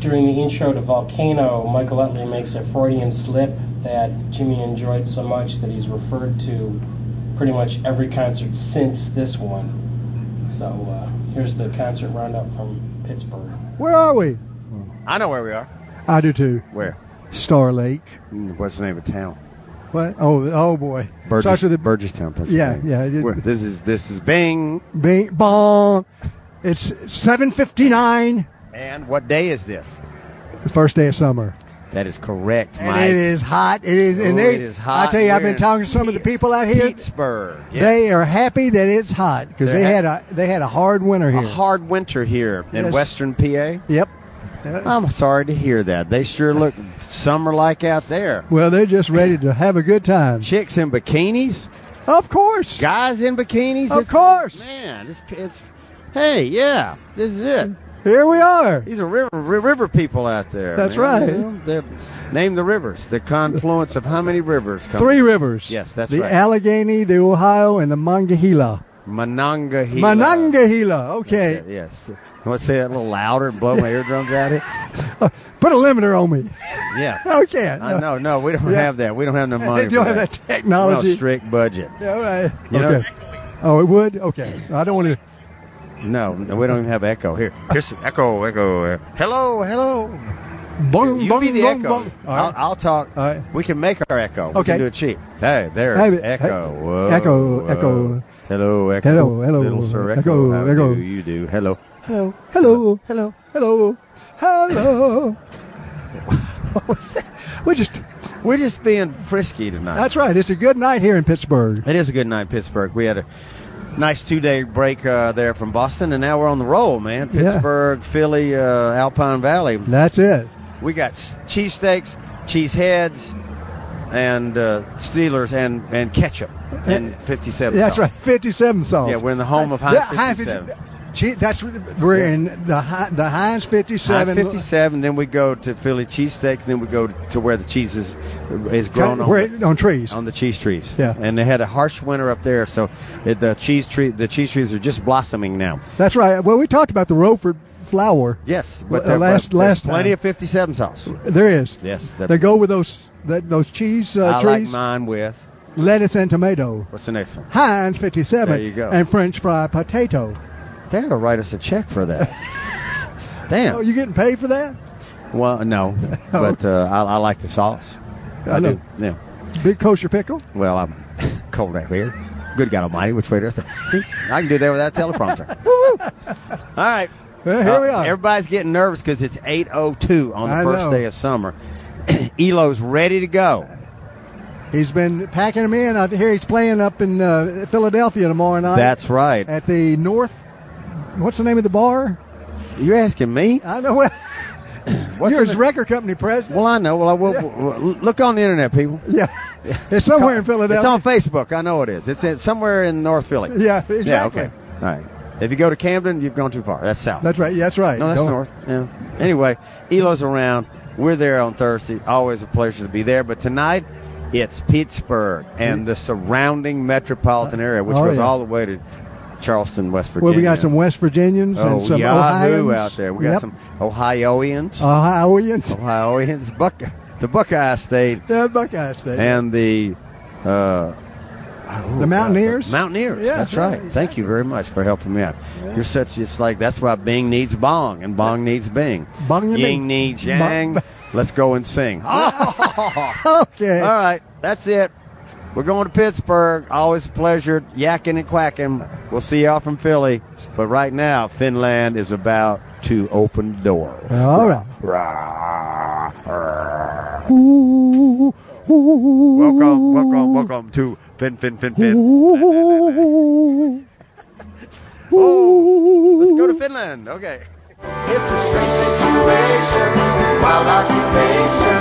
[SPEAKER 3] during the intro to Volcano, Michael Utley makes a Freudian slip that Jimmy enjoyed so much that he's referred to pretty much every concert since this one. So uh, here's the concert roundup from Pittsburgh.
[SPEAKER 6] Where are we?
[SPEAKER 12] I know where we are.
[SPEAKER 6] I do too.
[SPEAKER 12] Where?
[SPEAKER 6] Star Lake.
[SPEAKER 12] What's the name of town?
[SPEAKER 6] What? Oh, oh boy.
[SPEAKER 12] Burgess,
[SPEAKER 6] Starts with a
[SPEAKER 12] Burgesstown, Pennsylvania.
[SPEAKER 6] Yeah, yeah, it-
[SPEAKER 12] Where- this is this is Bing.
[SPEAKER 6] bing, bong. It's 7:59.
[SPEAKER 12] And what day is this?
[SPEAKER 6] The first day of summer.
[SPEAKER 12] That is correct,
[SPEAKER 6] And
[SPEAKER 12] Mike.
[SPEAKER 6] it is hot. It is, and
[SPEAKER 12] Oh,
[SPEAKER 6] they,
[SPEAKER 12] it is hot.
[SPEAKER 6] I tell you, I've
[SPEAKER 12] We're
[SPEAKER 6] been talking to some of the people out here.
[SPEAKER 12] Pittsburgh. Yeah.
[SPEAKER 6] They are happy that it's hot because
[SPEAKER 12] They're
[SPEAKER 6] they
[SPEAKER 12] ha-
[SPEAKER 6] had a they had a hard winter
[SPEAKER 12] a
[SPEAKER 6] here.
[SPEAKER 12] hard winter here in
[SPEAKER 6] Yes.
[SPEAKER 12] Western PA.
[SPEAKER 6] Yep.
[SPEAKER 12] I'm sorry to hear that. They sure look summer like out there.
[SPEAKER 6] Well, they're just ready to have a good time.
[SPEAKER 12] Chicks in bikinis,
[SPEAKER 6] Of course.
[SPEAKER 12] guys in bikinis.
[SPEAKER 6] Of
[SPEAKER 12] It's-
[SPEAKER 6] course.
[SPEAKER 12] man. It's, it's hey, yeah, this is it.
[SPEAKER 6] Here we are.
[SPEAKER 12] These are river ri- river people out there.
[SPEAKER 6] That's
[SPEAKER 12] man.
[SPEAKER 6] right.
[SPEAKER 12] You know, they're- name the rivers. The confluence of how many rivers? Come
[SPEAKER 6] Three rivers.
[SPEAKER 12] Yes, that's
[SPEAKER 6] the
[SPEAKER 12] right.
[SPEAKER 6] Allegheny, the Ohio, and the Monongahela.
[SPEAKER 12] Monongahela.
[SPEAKER 6] Monongahela.
[SPEAKER 12] Yeah,
[SPEAKER 6] Okay.
[SPEAKER 12] Yes. You want to say that a little louder and blow my eardrums out here?
[SPEAKER 6] Put a limiter on me.
[SPEAKER 12] Yeah.
[SPEAKER 6] okay.
[SPEAKER 12] I know. No, we don't
[SPEAKER 6] Yeah.
[SPEAKER 12] have that. We don't have no money.
[SPEAKER 6] They
[SPEAKER 12] for
[SPEAKER 6] don't have that
[SPEAKER 12] We're on a
[SPEAKER 6] technology.
[SPEAKER 12] strict budget.
[SPEAKER 6] Yeah, all right.
[SPEAKER 12] You know-
[SPEAKER 6] okay. Oh, it would. Okay. I don't want to.
[SPEAKER 12] No, no, we don't even have echo here. Here's some echo, echo. uh, Hello, hello.
[SPEAKER 6] Boom,
[SPEAKER 12] You
[SPEAKER 6] boom,
[SPEAKER 12] be the
[SPEAKER 6] boom,
[SPEAKER 12] echo.
[SPEAKER 6] boom. All
[SPEAKER 12] I'll,
[SPEAKER 6] right.
[SPEAKER 12] I'll talk.
[SPEAKER 6] All right.
[SPEAKER 12] We can make our echo. We
[SPEAKER 6] Okay.
[SPEAKER 12] can do it cheap. Hey, there's
[SPEAKER 6] Hey, hey,
[SPEAKER 12] echo. Whoa,
[SPEAKER 6] echo,
[SPEAKER 12] whoa.
[SPEAKER 6] echo.
[SPEAKER 12] Hello, echo.
[SPEAKER 6] Hello, hello,
[SPEAKER 12] Little sir echo.
[SPEAKER 6] echo,
[SPEAKER 12] How
[SPEAKER 6] echo.
[SPEAKER 12] do you do? Hello.
[SPEAKER 6] Hello. Hello.
[SPEAKER 12] Hello.
[SPEAKER 6] Hello. Hello. we just.
[SPEAKER 12] We're just being frisky tonight.
[SPEAKER 6] That's right. It's a good night here in Pittsburgh.
[SPEAKER 12] It is a good night, Pittsburgh. We had a nice two day break uh, there from Boston, and now we're on the roll, man.
[SPEAKER 6] Yeah.
[SPEAKER 12] Pittsburgh, Philly, uh, Alpine Valley.
[SPEAKER 6] That's it.
[SPEAKER 12] We got s- cheesesteaks, cheese heads, and uh, Steelers and, and ketchup and 57.
[SPEAKER 6] That's
[SPEAKER 12] sauce.
[SPEAKER 6] right. 57 sauce.
[SPEAKER 12] Yeah, we're in the home of Heinz
[SPEAKER 6] Yeah, Heinz
[SPEAKER 12] 57.
[SPEAKER 6] Gee, that's we're in the Hi- the Heinz 57.
[SPEAKER 12] Heinz 57, then we go to Philly cheesesteak, and then we go to where the cheese is, is grown on.
[SPEAKER 6] we're on, trees.
[SPEAKER 12] on the cheese trees.
[SPEAKER 6] Yeah.
[SPEAKER 12] and they had a harsh winter up there, so it, the cheese tree, the cheese trees are just blossoming now.
[SPEAKER 6] That's right. Well, we talked about the Roeford flour.
[SPEAKER 12] Yes,
[SPEAKER 6] Uh,
[SPEAKER 12] but there,
[SPEAKER 6] last-
[SPEAKER 12] last,
[SPEAKER 6] last
[SPEAKER 12] last plenty
[SPEAKER 6] time.
[SPEAKER 12] of 57 sauce.
[SPEAKER 6] There is.
[SPEAKER 12] Yes, that-
[SPEAKER 6] They go with those that, those cheese uh,
[SPEAKER 12] I like
[SPEAKER 6] trees,
[SPEAKER 12] mine with
[SPEAKER 6] lettuce and tomato.
[SPEAKER 12] what's the next one?
[SPEAKER 6] Heinz 57.
[SPEAKER 12] There you go.
[SPEAKER 6] And French fry potato.
[SPEAKER 12] They ought to write us a check for that. Damn.
[SPEAKER 6] Oh, you getting paid for that?
[SPEAKER 12] well, no, but uh, I, I like the sauce.
[SPEAKER 6] I know.
[SPEAKER 12] do. Yeah.
[SPEAKER 6] Big kosher pickle.
[SPEAKER 12] Well, I'm cold right here. Good God Almighty, which way does that? See, I can do that without a teleprompter. Woo-woo. All right.
[SPEAKER 6] Well, here
[SPEAKER 12] Uh,
[SPEAKER 6] we are.
[SPEAKER 12] Everybody's getting nervous because it's 8.02 on the
[SPEAKER 6] I
[SPEAKER 12] first
[SPEAKER 6] know.
[SPEAKER 12] day of summer. Elo's ready to go.
[SPEAKER 6] He's been packing them in. I hear he's playing up in uh, Philadelphia tomorrow night.
[SPEAKER 12] That's right.
[SPEAKER 6] at the North. What's the name of the bar?
[SPEAKER 12] You're asking me?
[SPEAKER 6] I know. Well, you're his record company president.
[SPEAKER 12] Well, I know. Well, I will. well, Look on the internet, people.
[SPEAKER 6] Yeah, it's somewhere in Philadelphia.
[SPEAKER 12] It's on Facebook. I know it is. It's in, somewhere in North Philly.
[SPEAKER 6] Yeah, exactly.
[SPEAKER 12] Yeah, okay. All right. If you go to Camden, you've gone too far. That's south.
[SPEAKER 6] That's right. Yeah, that's right.
[SPEAKER 12] No, that's
[SPEAKER 6] Don't-
[SPEAKER 12] north. Yeah. Anyway, Elo's around. We're there on Thursday. Always a pleasure to be there. But tonight, it's Pittsburgh and the surrounding metropolitan area, which
[SPEAKER 6] Oh,
[SPEAKER 12] goes
[SPEAKER 6] yeah.
[SPEAKER 12] all the way to Charleston, West Virginia.
[SPEAKER 6] Well, we got some West Virginians
[SPEAKER 12] oh,
[SPEAKER 6] and some
[SPEAKER 12] Yahoo
[SPEAKER 6] Ohioans.
[SPEAKER 12] out there. We got
[SPEAKER 6] Yep. Uh,
[SPEAKER 12] some Oh. Ohioans.
[SPEAKER 6] Ohioans.
[SPEAKER 12] Ohioans. Buck- the Buckeye State
[SPEAKER 6] Yeah, Buckeye State.
[SPEAKER 12] and the uh,
[SPEAKER 6] the Mountaineers.
[SPEAKER 12] Mountaineers.
[SPEAKER 6] Yeah,
[SPEAKER 12] that's right. Thank you very much for helping me out. You're such. It's like that's why Bing needs Bong and Bong needs Bing.
[SPEAKER 6] Bong and
[SPEAKER 12] Ying
[SPEAKER 6] Bing.
[SPEAKER 12] needs Yang. Let's go and sing.
[SPEAKER 6] Okay.
[SPEAKER 12] All right, that's it. We're going to Pittsburgh. Always a pleasure yakking and quacking. We'll see y'all from Philly. But right now, Finland is about to open the door.
[SPEAKER 6] All right.
[SPEAKER 12] Welcome, welcome, welcome to Fin Fin Fin Fin. Oh, let's go to Finland. Okay.
[SPEAKER 7] It's a strange situation, wild occupation,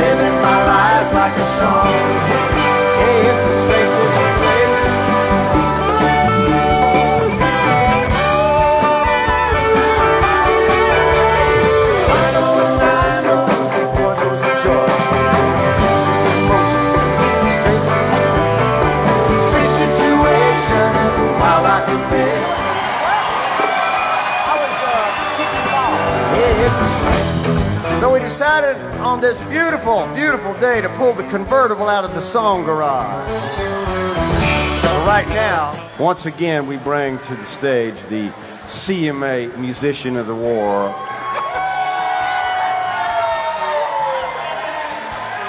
[SPEAKER 7] living my life like a song. Hey, it's a strange situation. Dino and Dino, boy knows the joy. Strange, strange situation, wild occupation.
[SPEAKER 12] So we decided on this beautiful, beautiful day to pull the convertible out of the song garage. So right now, once again, we bring to the stage the CMA Musician of the War.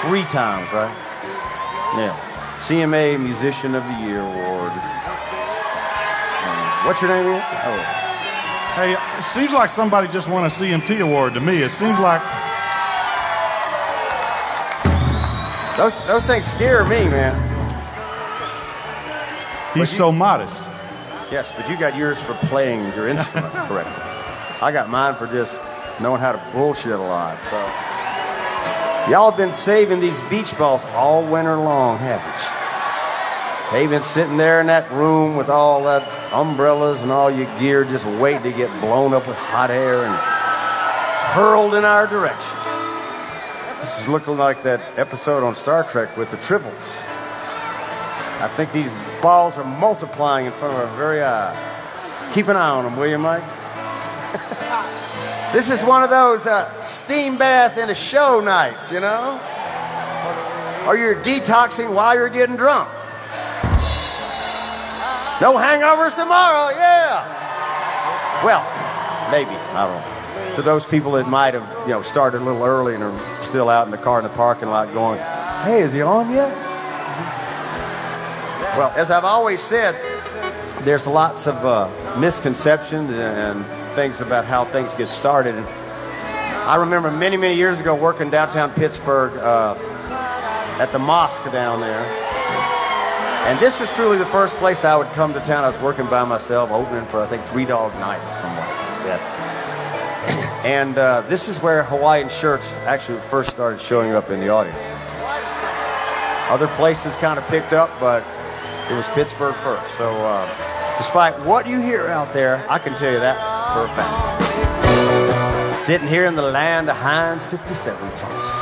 [SPEAKER 12] Three times, right? Yeah. CMA Musician of the Year Award. Um, What's your name again? Oh.
[SPEAKER 9] Hey, it seems like somebody just won a CMT award to me. It seems like
[SPEAKER 12] Those, those things scare me, man.
[SPEAKER 9] he's so modest.
[SPEAKER 12] Yes, but you got yours for playing your instrument correctly. I got mine for just knowing how to bullshit a lot. So y'all have been saving these beach balls all winter long, haven't you? They've been sitting there in that room with all that umbrellas and all your gear, just waiting to get blown up with hot air and hurled in our direction. This is looking like that episode on Star Trek with the triples. I think these balls are multiplying in front of our very eye. Keep an eye on them, will you, Mike? this is one of those uh, steam bath and a show nights, you know? Or you're detoxing while you're getting drunk. No hangovers tomorrow, yeah. Well, maybe, I don't know. To those people that might have, you know, started a little early and are still out in the car in the parking lot going, hey, is he on yet? Well, as I've always said, there's lots of uh, misconceptions and things about how things get started. And I remember many, many years ago working downtown Pittsburgh uh, at the mosque down there. And this was truly the first place I would come to town. I was working by myself, opening for, I think, Three Dog Night or something like that. And uh, this is where Hawaiian shirts actually first started showing up in the audience. Other places kind of picked up, but it was Pittsburgh first. So, uh, despite what you hear out there, I can tell you that for a fact. Sitting here in the land of Heinz 57 sauce.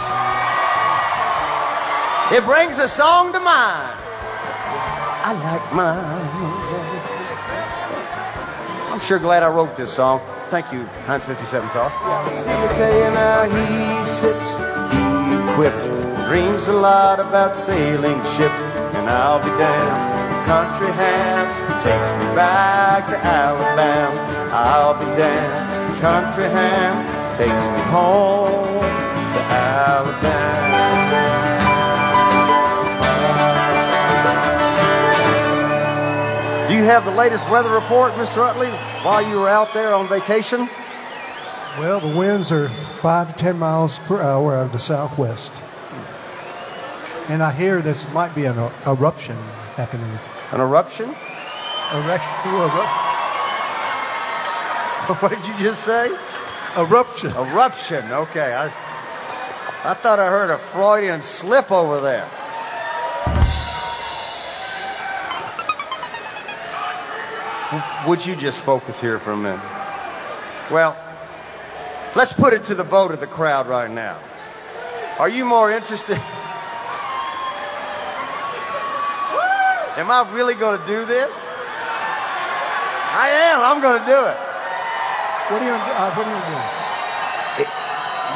[SPEAKER 12] It brings a song to mind. I like mine. I'm sure glad I wrote this song. Thank you, Heinz 57 sauce. See you saying how he sips, he quips, dreams a lot about sailing ships, and I'll be damned. The country ham takes me back to Alabama. I'll be damned. The country ham takes me home to Alabama. Do you have the latest weather report, Mr. Utley, while you were out there on vacation?
[SPEAKER 6] Well, the winds are five to ten miles per hour out of the southwest, and I hear this might be an er- eruption happening.
[SPEAKER 12] An eruption?
[SPEAKER 6] Eruption, eruption.
[SPEAKER 12] what did you just say? Eruption. Eruption. Okay. I, I thought I heard a Freudian slip over there. W- Would you just focus here for a minute? Well, let's put it to the vote of the crowd right now. Are you more interested? Am I really going to do this? I am. I'm going to do it.
[SPEAKER 6] What are you, uh, what are you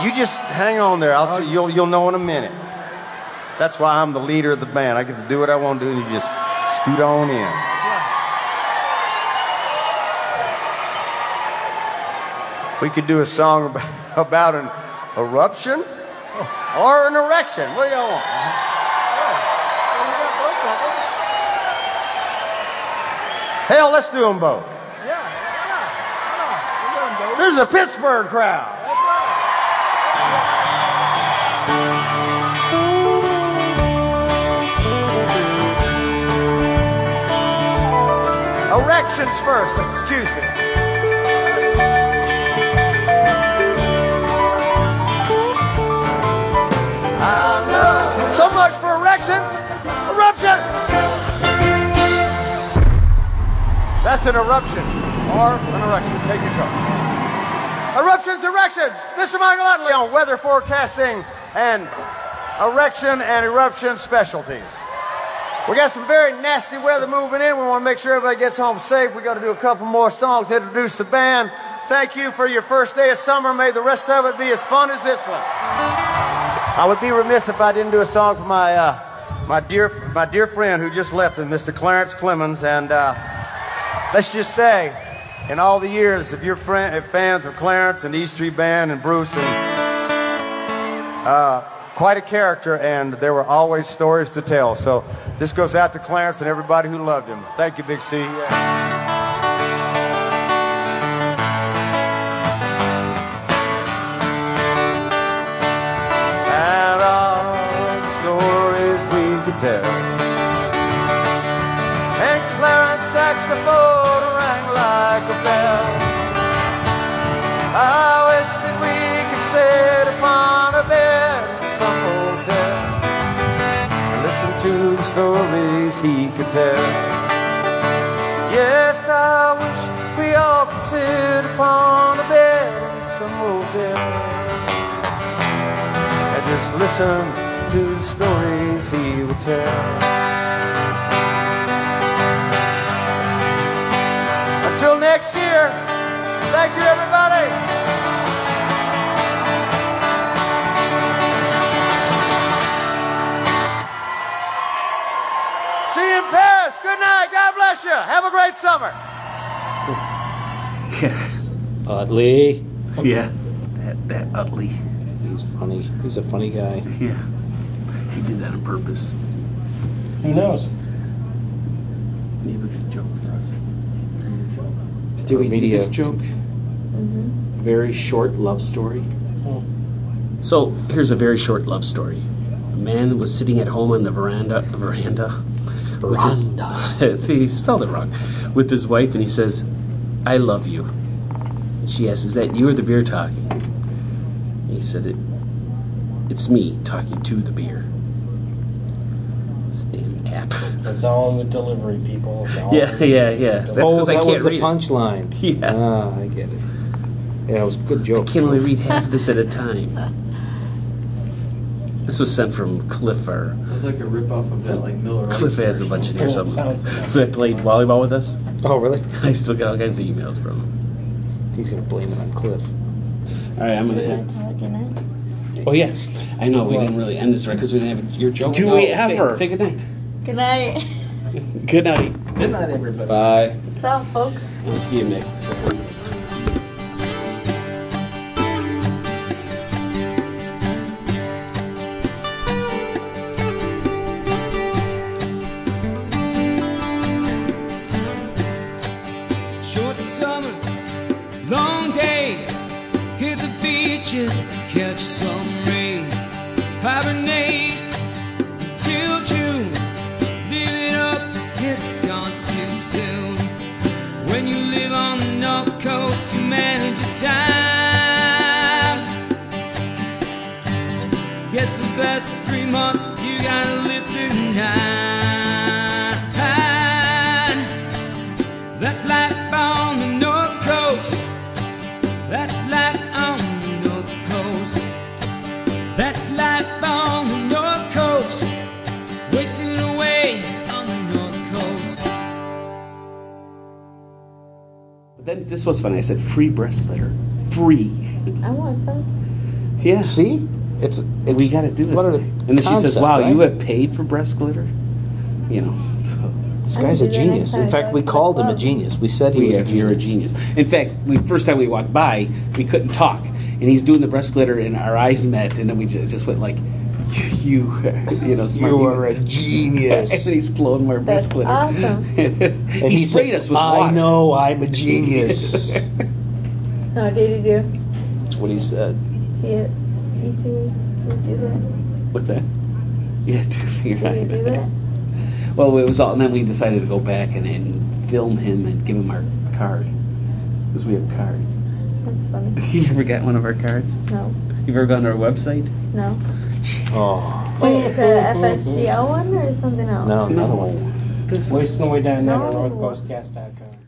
[SPEAKER 6] doing?
[SPEAKER 12] You just hang on there. I'll t- you'll you'll know in a minute. That's why I'm the leader of the band. I get to do what I want to do, and you just scoot on in. We could do a song ab- about an eruption or an erection. What do y'all want? Hell, let's do them both. This is a Pittsburgh crowd. Erections first, excuse me. So much for erections. Eruption! That's an eruption or an erection. Take your choice. Eruptions, erections. Mr. Michael Utley on weather forecasting and erection and eruption specialties. We got some very nasty weather moving in. We want to make sure everybody gets home safe. We got to do a couple more songs to introduce the band. Thank you for your first day of summer. May the rest of it be as fun as this one. I would be remiss if I didn't do a song for my uh, my dear my dear friend who just left, him, Mr. Clarence Clemens. And uh, let's just say, in all the years of your friend, of fans of Clarence and East Street Band and Bruce and uh, quite a character, and there were always stories to tell. So this goes out to Clarence and everybody who loved him. Thank you, Big C. And all the stories we could tell. And Clarence saxophone rang like a bell. I wish that we could sit upon a bed in some hotel and listen to the stories he could tell. Yes, I wish we all could sit upon a bed in some hotel and just listen to the stories he would tell. Until next year, thank you everybody. See you in Paris. Good night. God bless you. Have a great summer.
[SPEAKER 1] Yeah.
[SPEAKER 2] Utley.
[SPEAKER 1] Yeah. That, that Utley.
[SPEAKER 2] He's funny. He's a funny guy.
[SPEAKER 1] Yeah. He did that on purpose.
[SPEAKER 3] Who knows?
[SPEAKER 1] You have a good joke for us.
[SPEAKER 3] Do we need
[SPEAKER 2] Media. Oh,
[SPEAKER 3] this joke?
[SPEAKER 2] Very short love story.
[SPEAKER 3] So here's a very short love story. A man was sitting at home on the veranda, veranda, with his- he spelled it wrong, with his wife, and he says, "I love you." And she asks, "Is that you or the beer talking?" And he said, "It, it's me talking to the beer." This damn app. That's all in the delivery, people.
[SPEAKER 1] Yeah, yeah, yeah. That's
[SPEAKER 2] oh,
[SPEAKER 1] because
[SPEAKER 2] that
[SPEAKER 1] I can't
[SPEAKER 2] was the
[SPEAKER 1] read. it.
[SPEAKER 2] punchline.
[SPEAKER 1] Yeah.
[SPEAKER 2] Ah, I get it. Yeah, it was a good
[SPEAKER 1] I
[SPEAKER 2] joke.
[SPEAKER 1] can only read half this at a time. This was sent from Cliff. Or
[SPEAKER 11] It was like a ripoff of that, like Miller. Lite
[SPEAKER 1] Cliff has a bunch in here
[SPEAKER 11] commercial.
[SPEAKER 1] somewhere. That played volleyball with us.
[SPEAKER 2] Oh, really?
[SPEAKER 1] I still get all kinds of emails from him.
[SPEAKER 2] He's gonna blame it on Cliff.
[SPEAKER 1] All right, I'm gonna end. Oh yeah, I know we didn't really end this right because we didn't have your joke.
[SPEAKER 3] Do we ever?
[SPEAKER 1] Say, say good night.
[SPEAKER 5] Good night.
[SPEAKER 1] Good night.
[SPEAKER 11] Good night, everybody.
[SPEAKER 2] Bye.
[SPEAKER 5] That's all, folks.
[SPEAKER 1] We'll see you next.
[SPEAKER 13] Short summer, long day. Hit the beaches, catch some rain. Hibernate till June. Live it up, it's gone too soon. When you live on
[SPEAKER 7] on the north coast to manage your time. Gets the best of three months, you gotta live through nine. That's life on the north coast. That's life on the north coast. That's life on the north coast. Wasting away on the north coast.
[SPEAKER 1] Then this was funny. I said free breast glitter, free.
[SPEAKER 5] I want some.
[SPEAKER 1] Yeah. See, it's, we got to do this.
[SPEAKER 2] what are the
[SPEAKER 1] thing. and then she says,
[SPEAKER 2] concept,
[SPEAKER 1] "Wow,
[SPEAKER 2] right?
[SPEAKER 1] you have paid for breast glitter." You know, so
[SPEAKER 2] This guy's a genius. In fact, we called him a genius. We said he
[SPEAKER 1] we
[SPEAKER 2] was a
[SPEAKER 1] have, you're a genius. In fact, we first time we walked by, we couldn't talk, and he's doing the breast glitter, and our eyes met, and then we just, just went like, "You, you know, smart
[SPEAKER 2] You
[SPEAKER 1] human."
[SPEAKER 2] are a genius.
[SPEAKER 1] and he's blowing my breast glitter.
[SPEAKER 5] Awesome.
[SPEAKER 1] he,
[SPEAKER 2] he
[SPEAKER 1] sprayed
[SPEAKER 2] said,
[SPEAKER 1] us with
[SPEAKER 2] "I
[SPEAKER 1] water.
[SPEAKER 2] know I'm a genius.
[SPEAKER 5] No, did you Oh, do?
[SPEAKER 2] That's what he said.
[SPEAKER 5] Do you, you two would do that?
[SPEAKER 1] What's that? Yeah, two finger
[SPEAKER 5] Did you do
[SPEAKER 1] eye.
[SPEAKER 5] that?
[SPEAKER 1] Well, it was all, and then we decided to go back and, and film him and give him our card because we have cards.
[SPEAKER 5] That's funny.
[SPEAKER 1] You ever got one of our cards?
[SPEAKER 5] No,
[SPEAKER 1] You've ever gone to our website?
[SPEAKER 5] no.
[SPEAKER 2] Oh
[SPEAKER 5] Wait, the FSGO one or something else?
[SPEAKER 2] no, another one.
[SPEAKER 1] This
[SPEAKER 3] Wasting away down there on
[SPEAKER 5] No.
[SPEAKER 3] northcoastcast.com.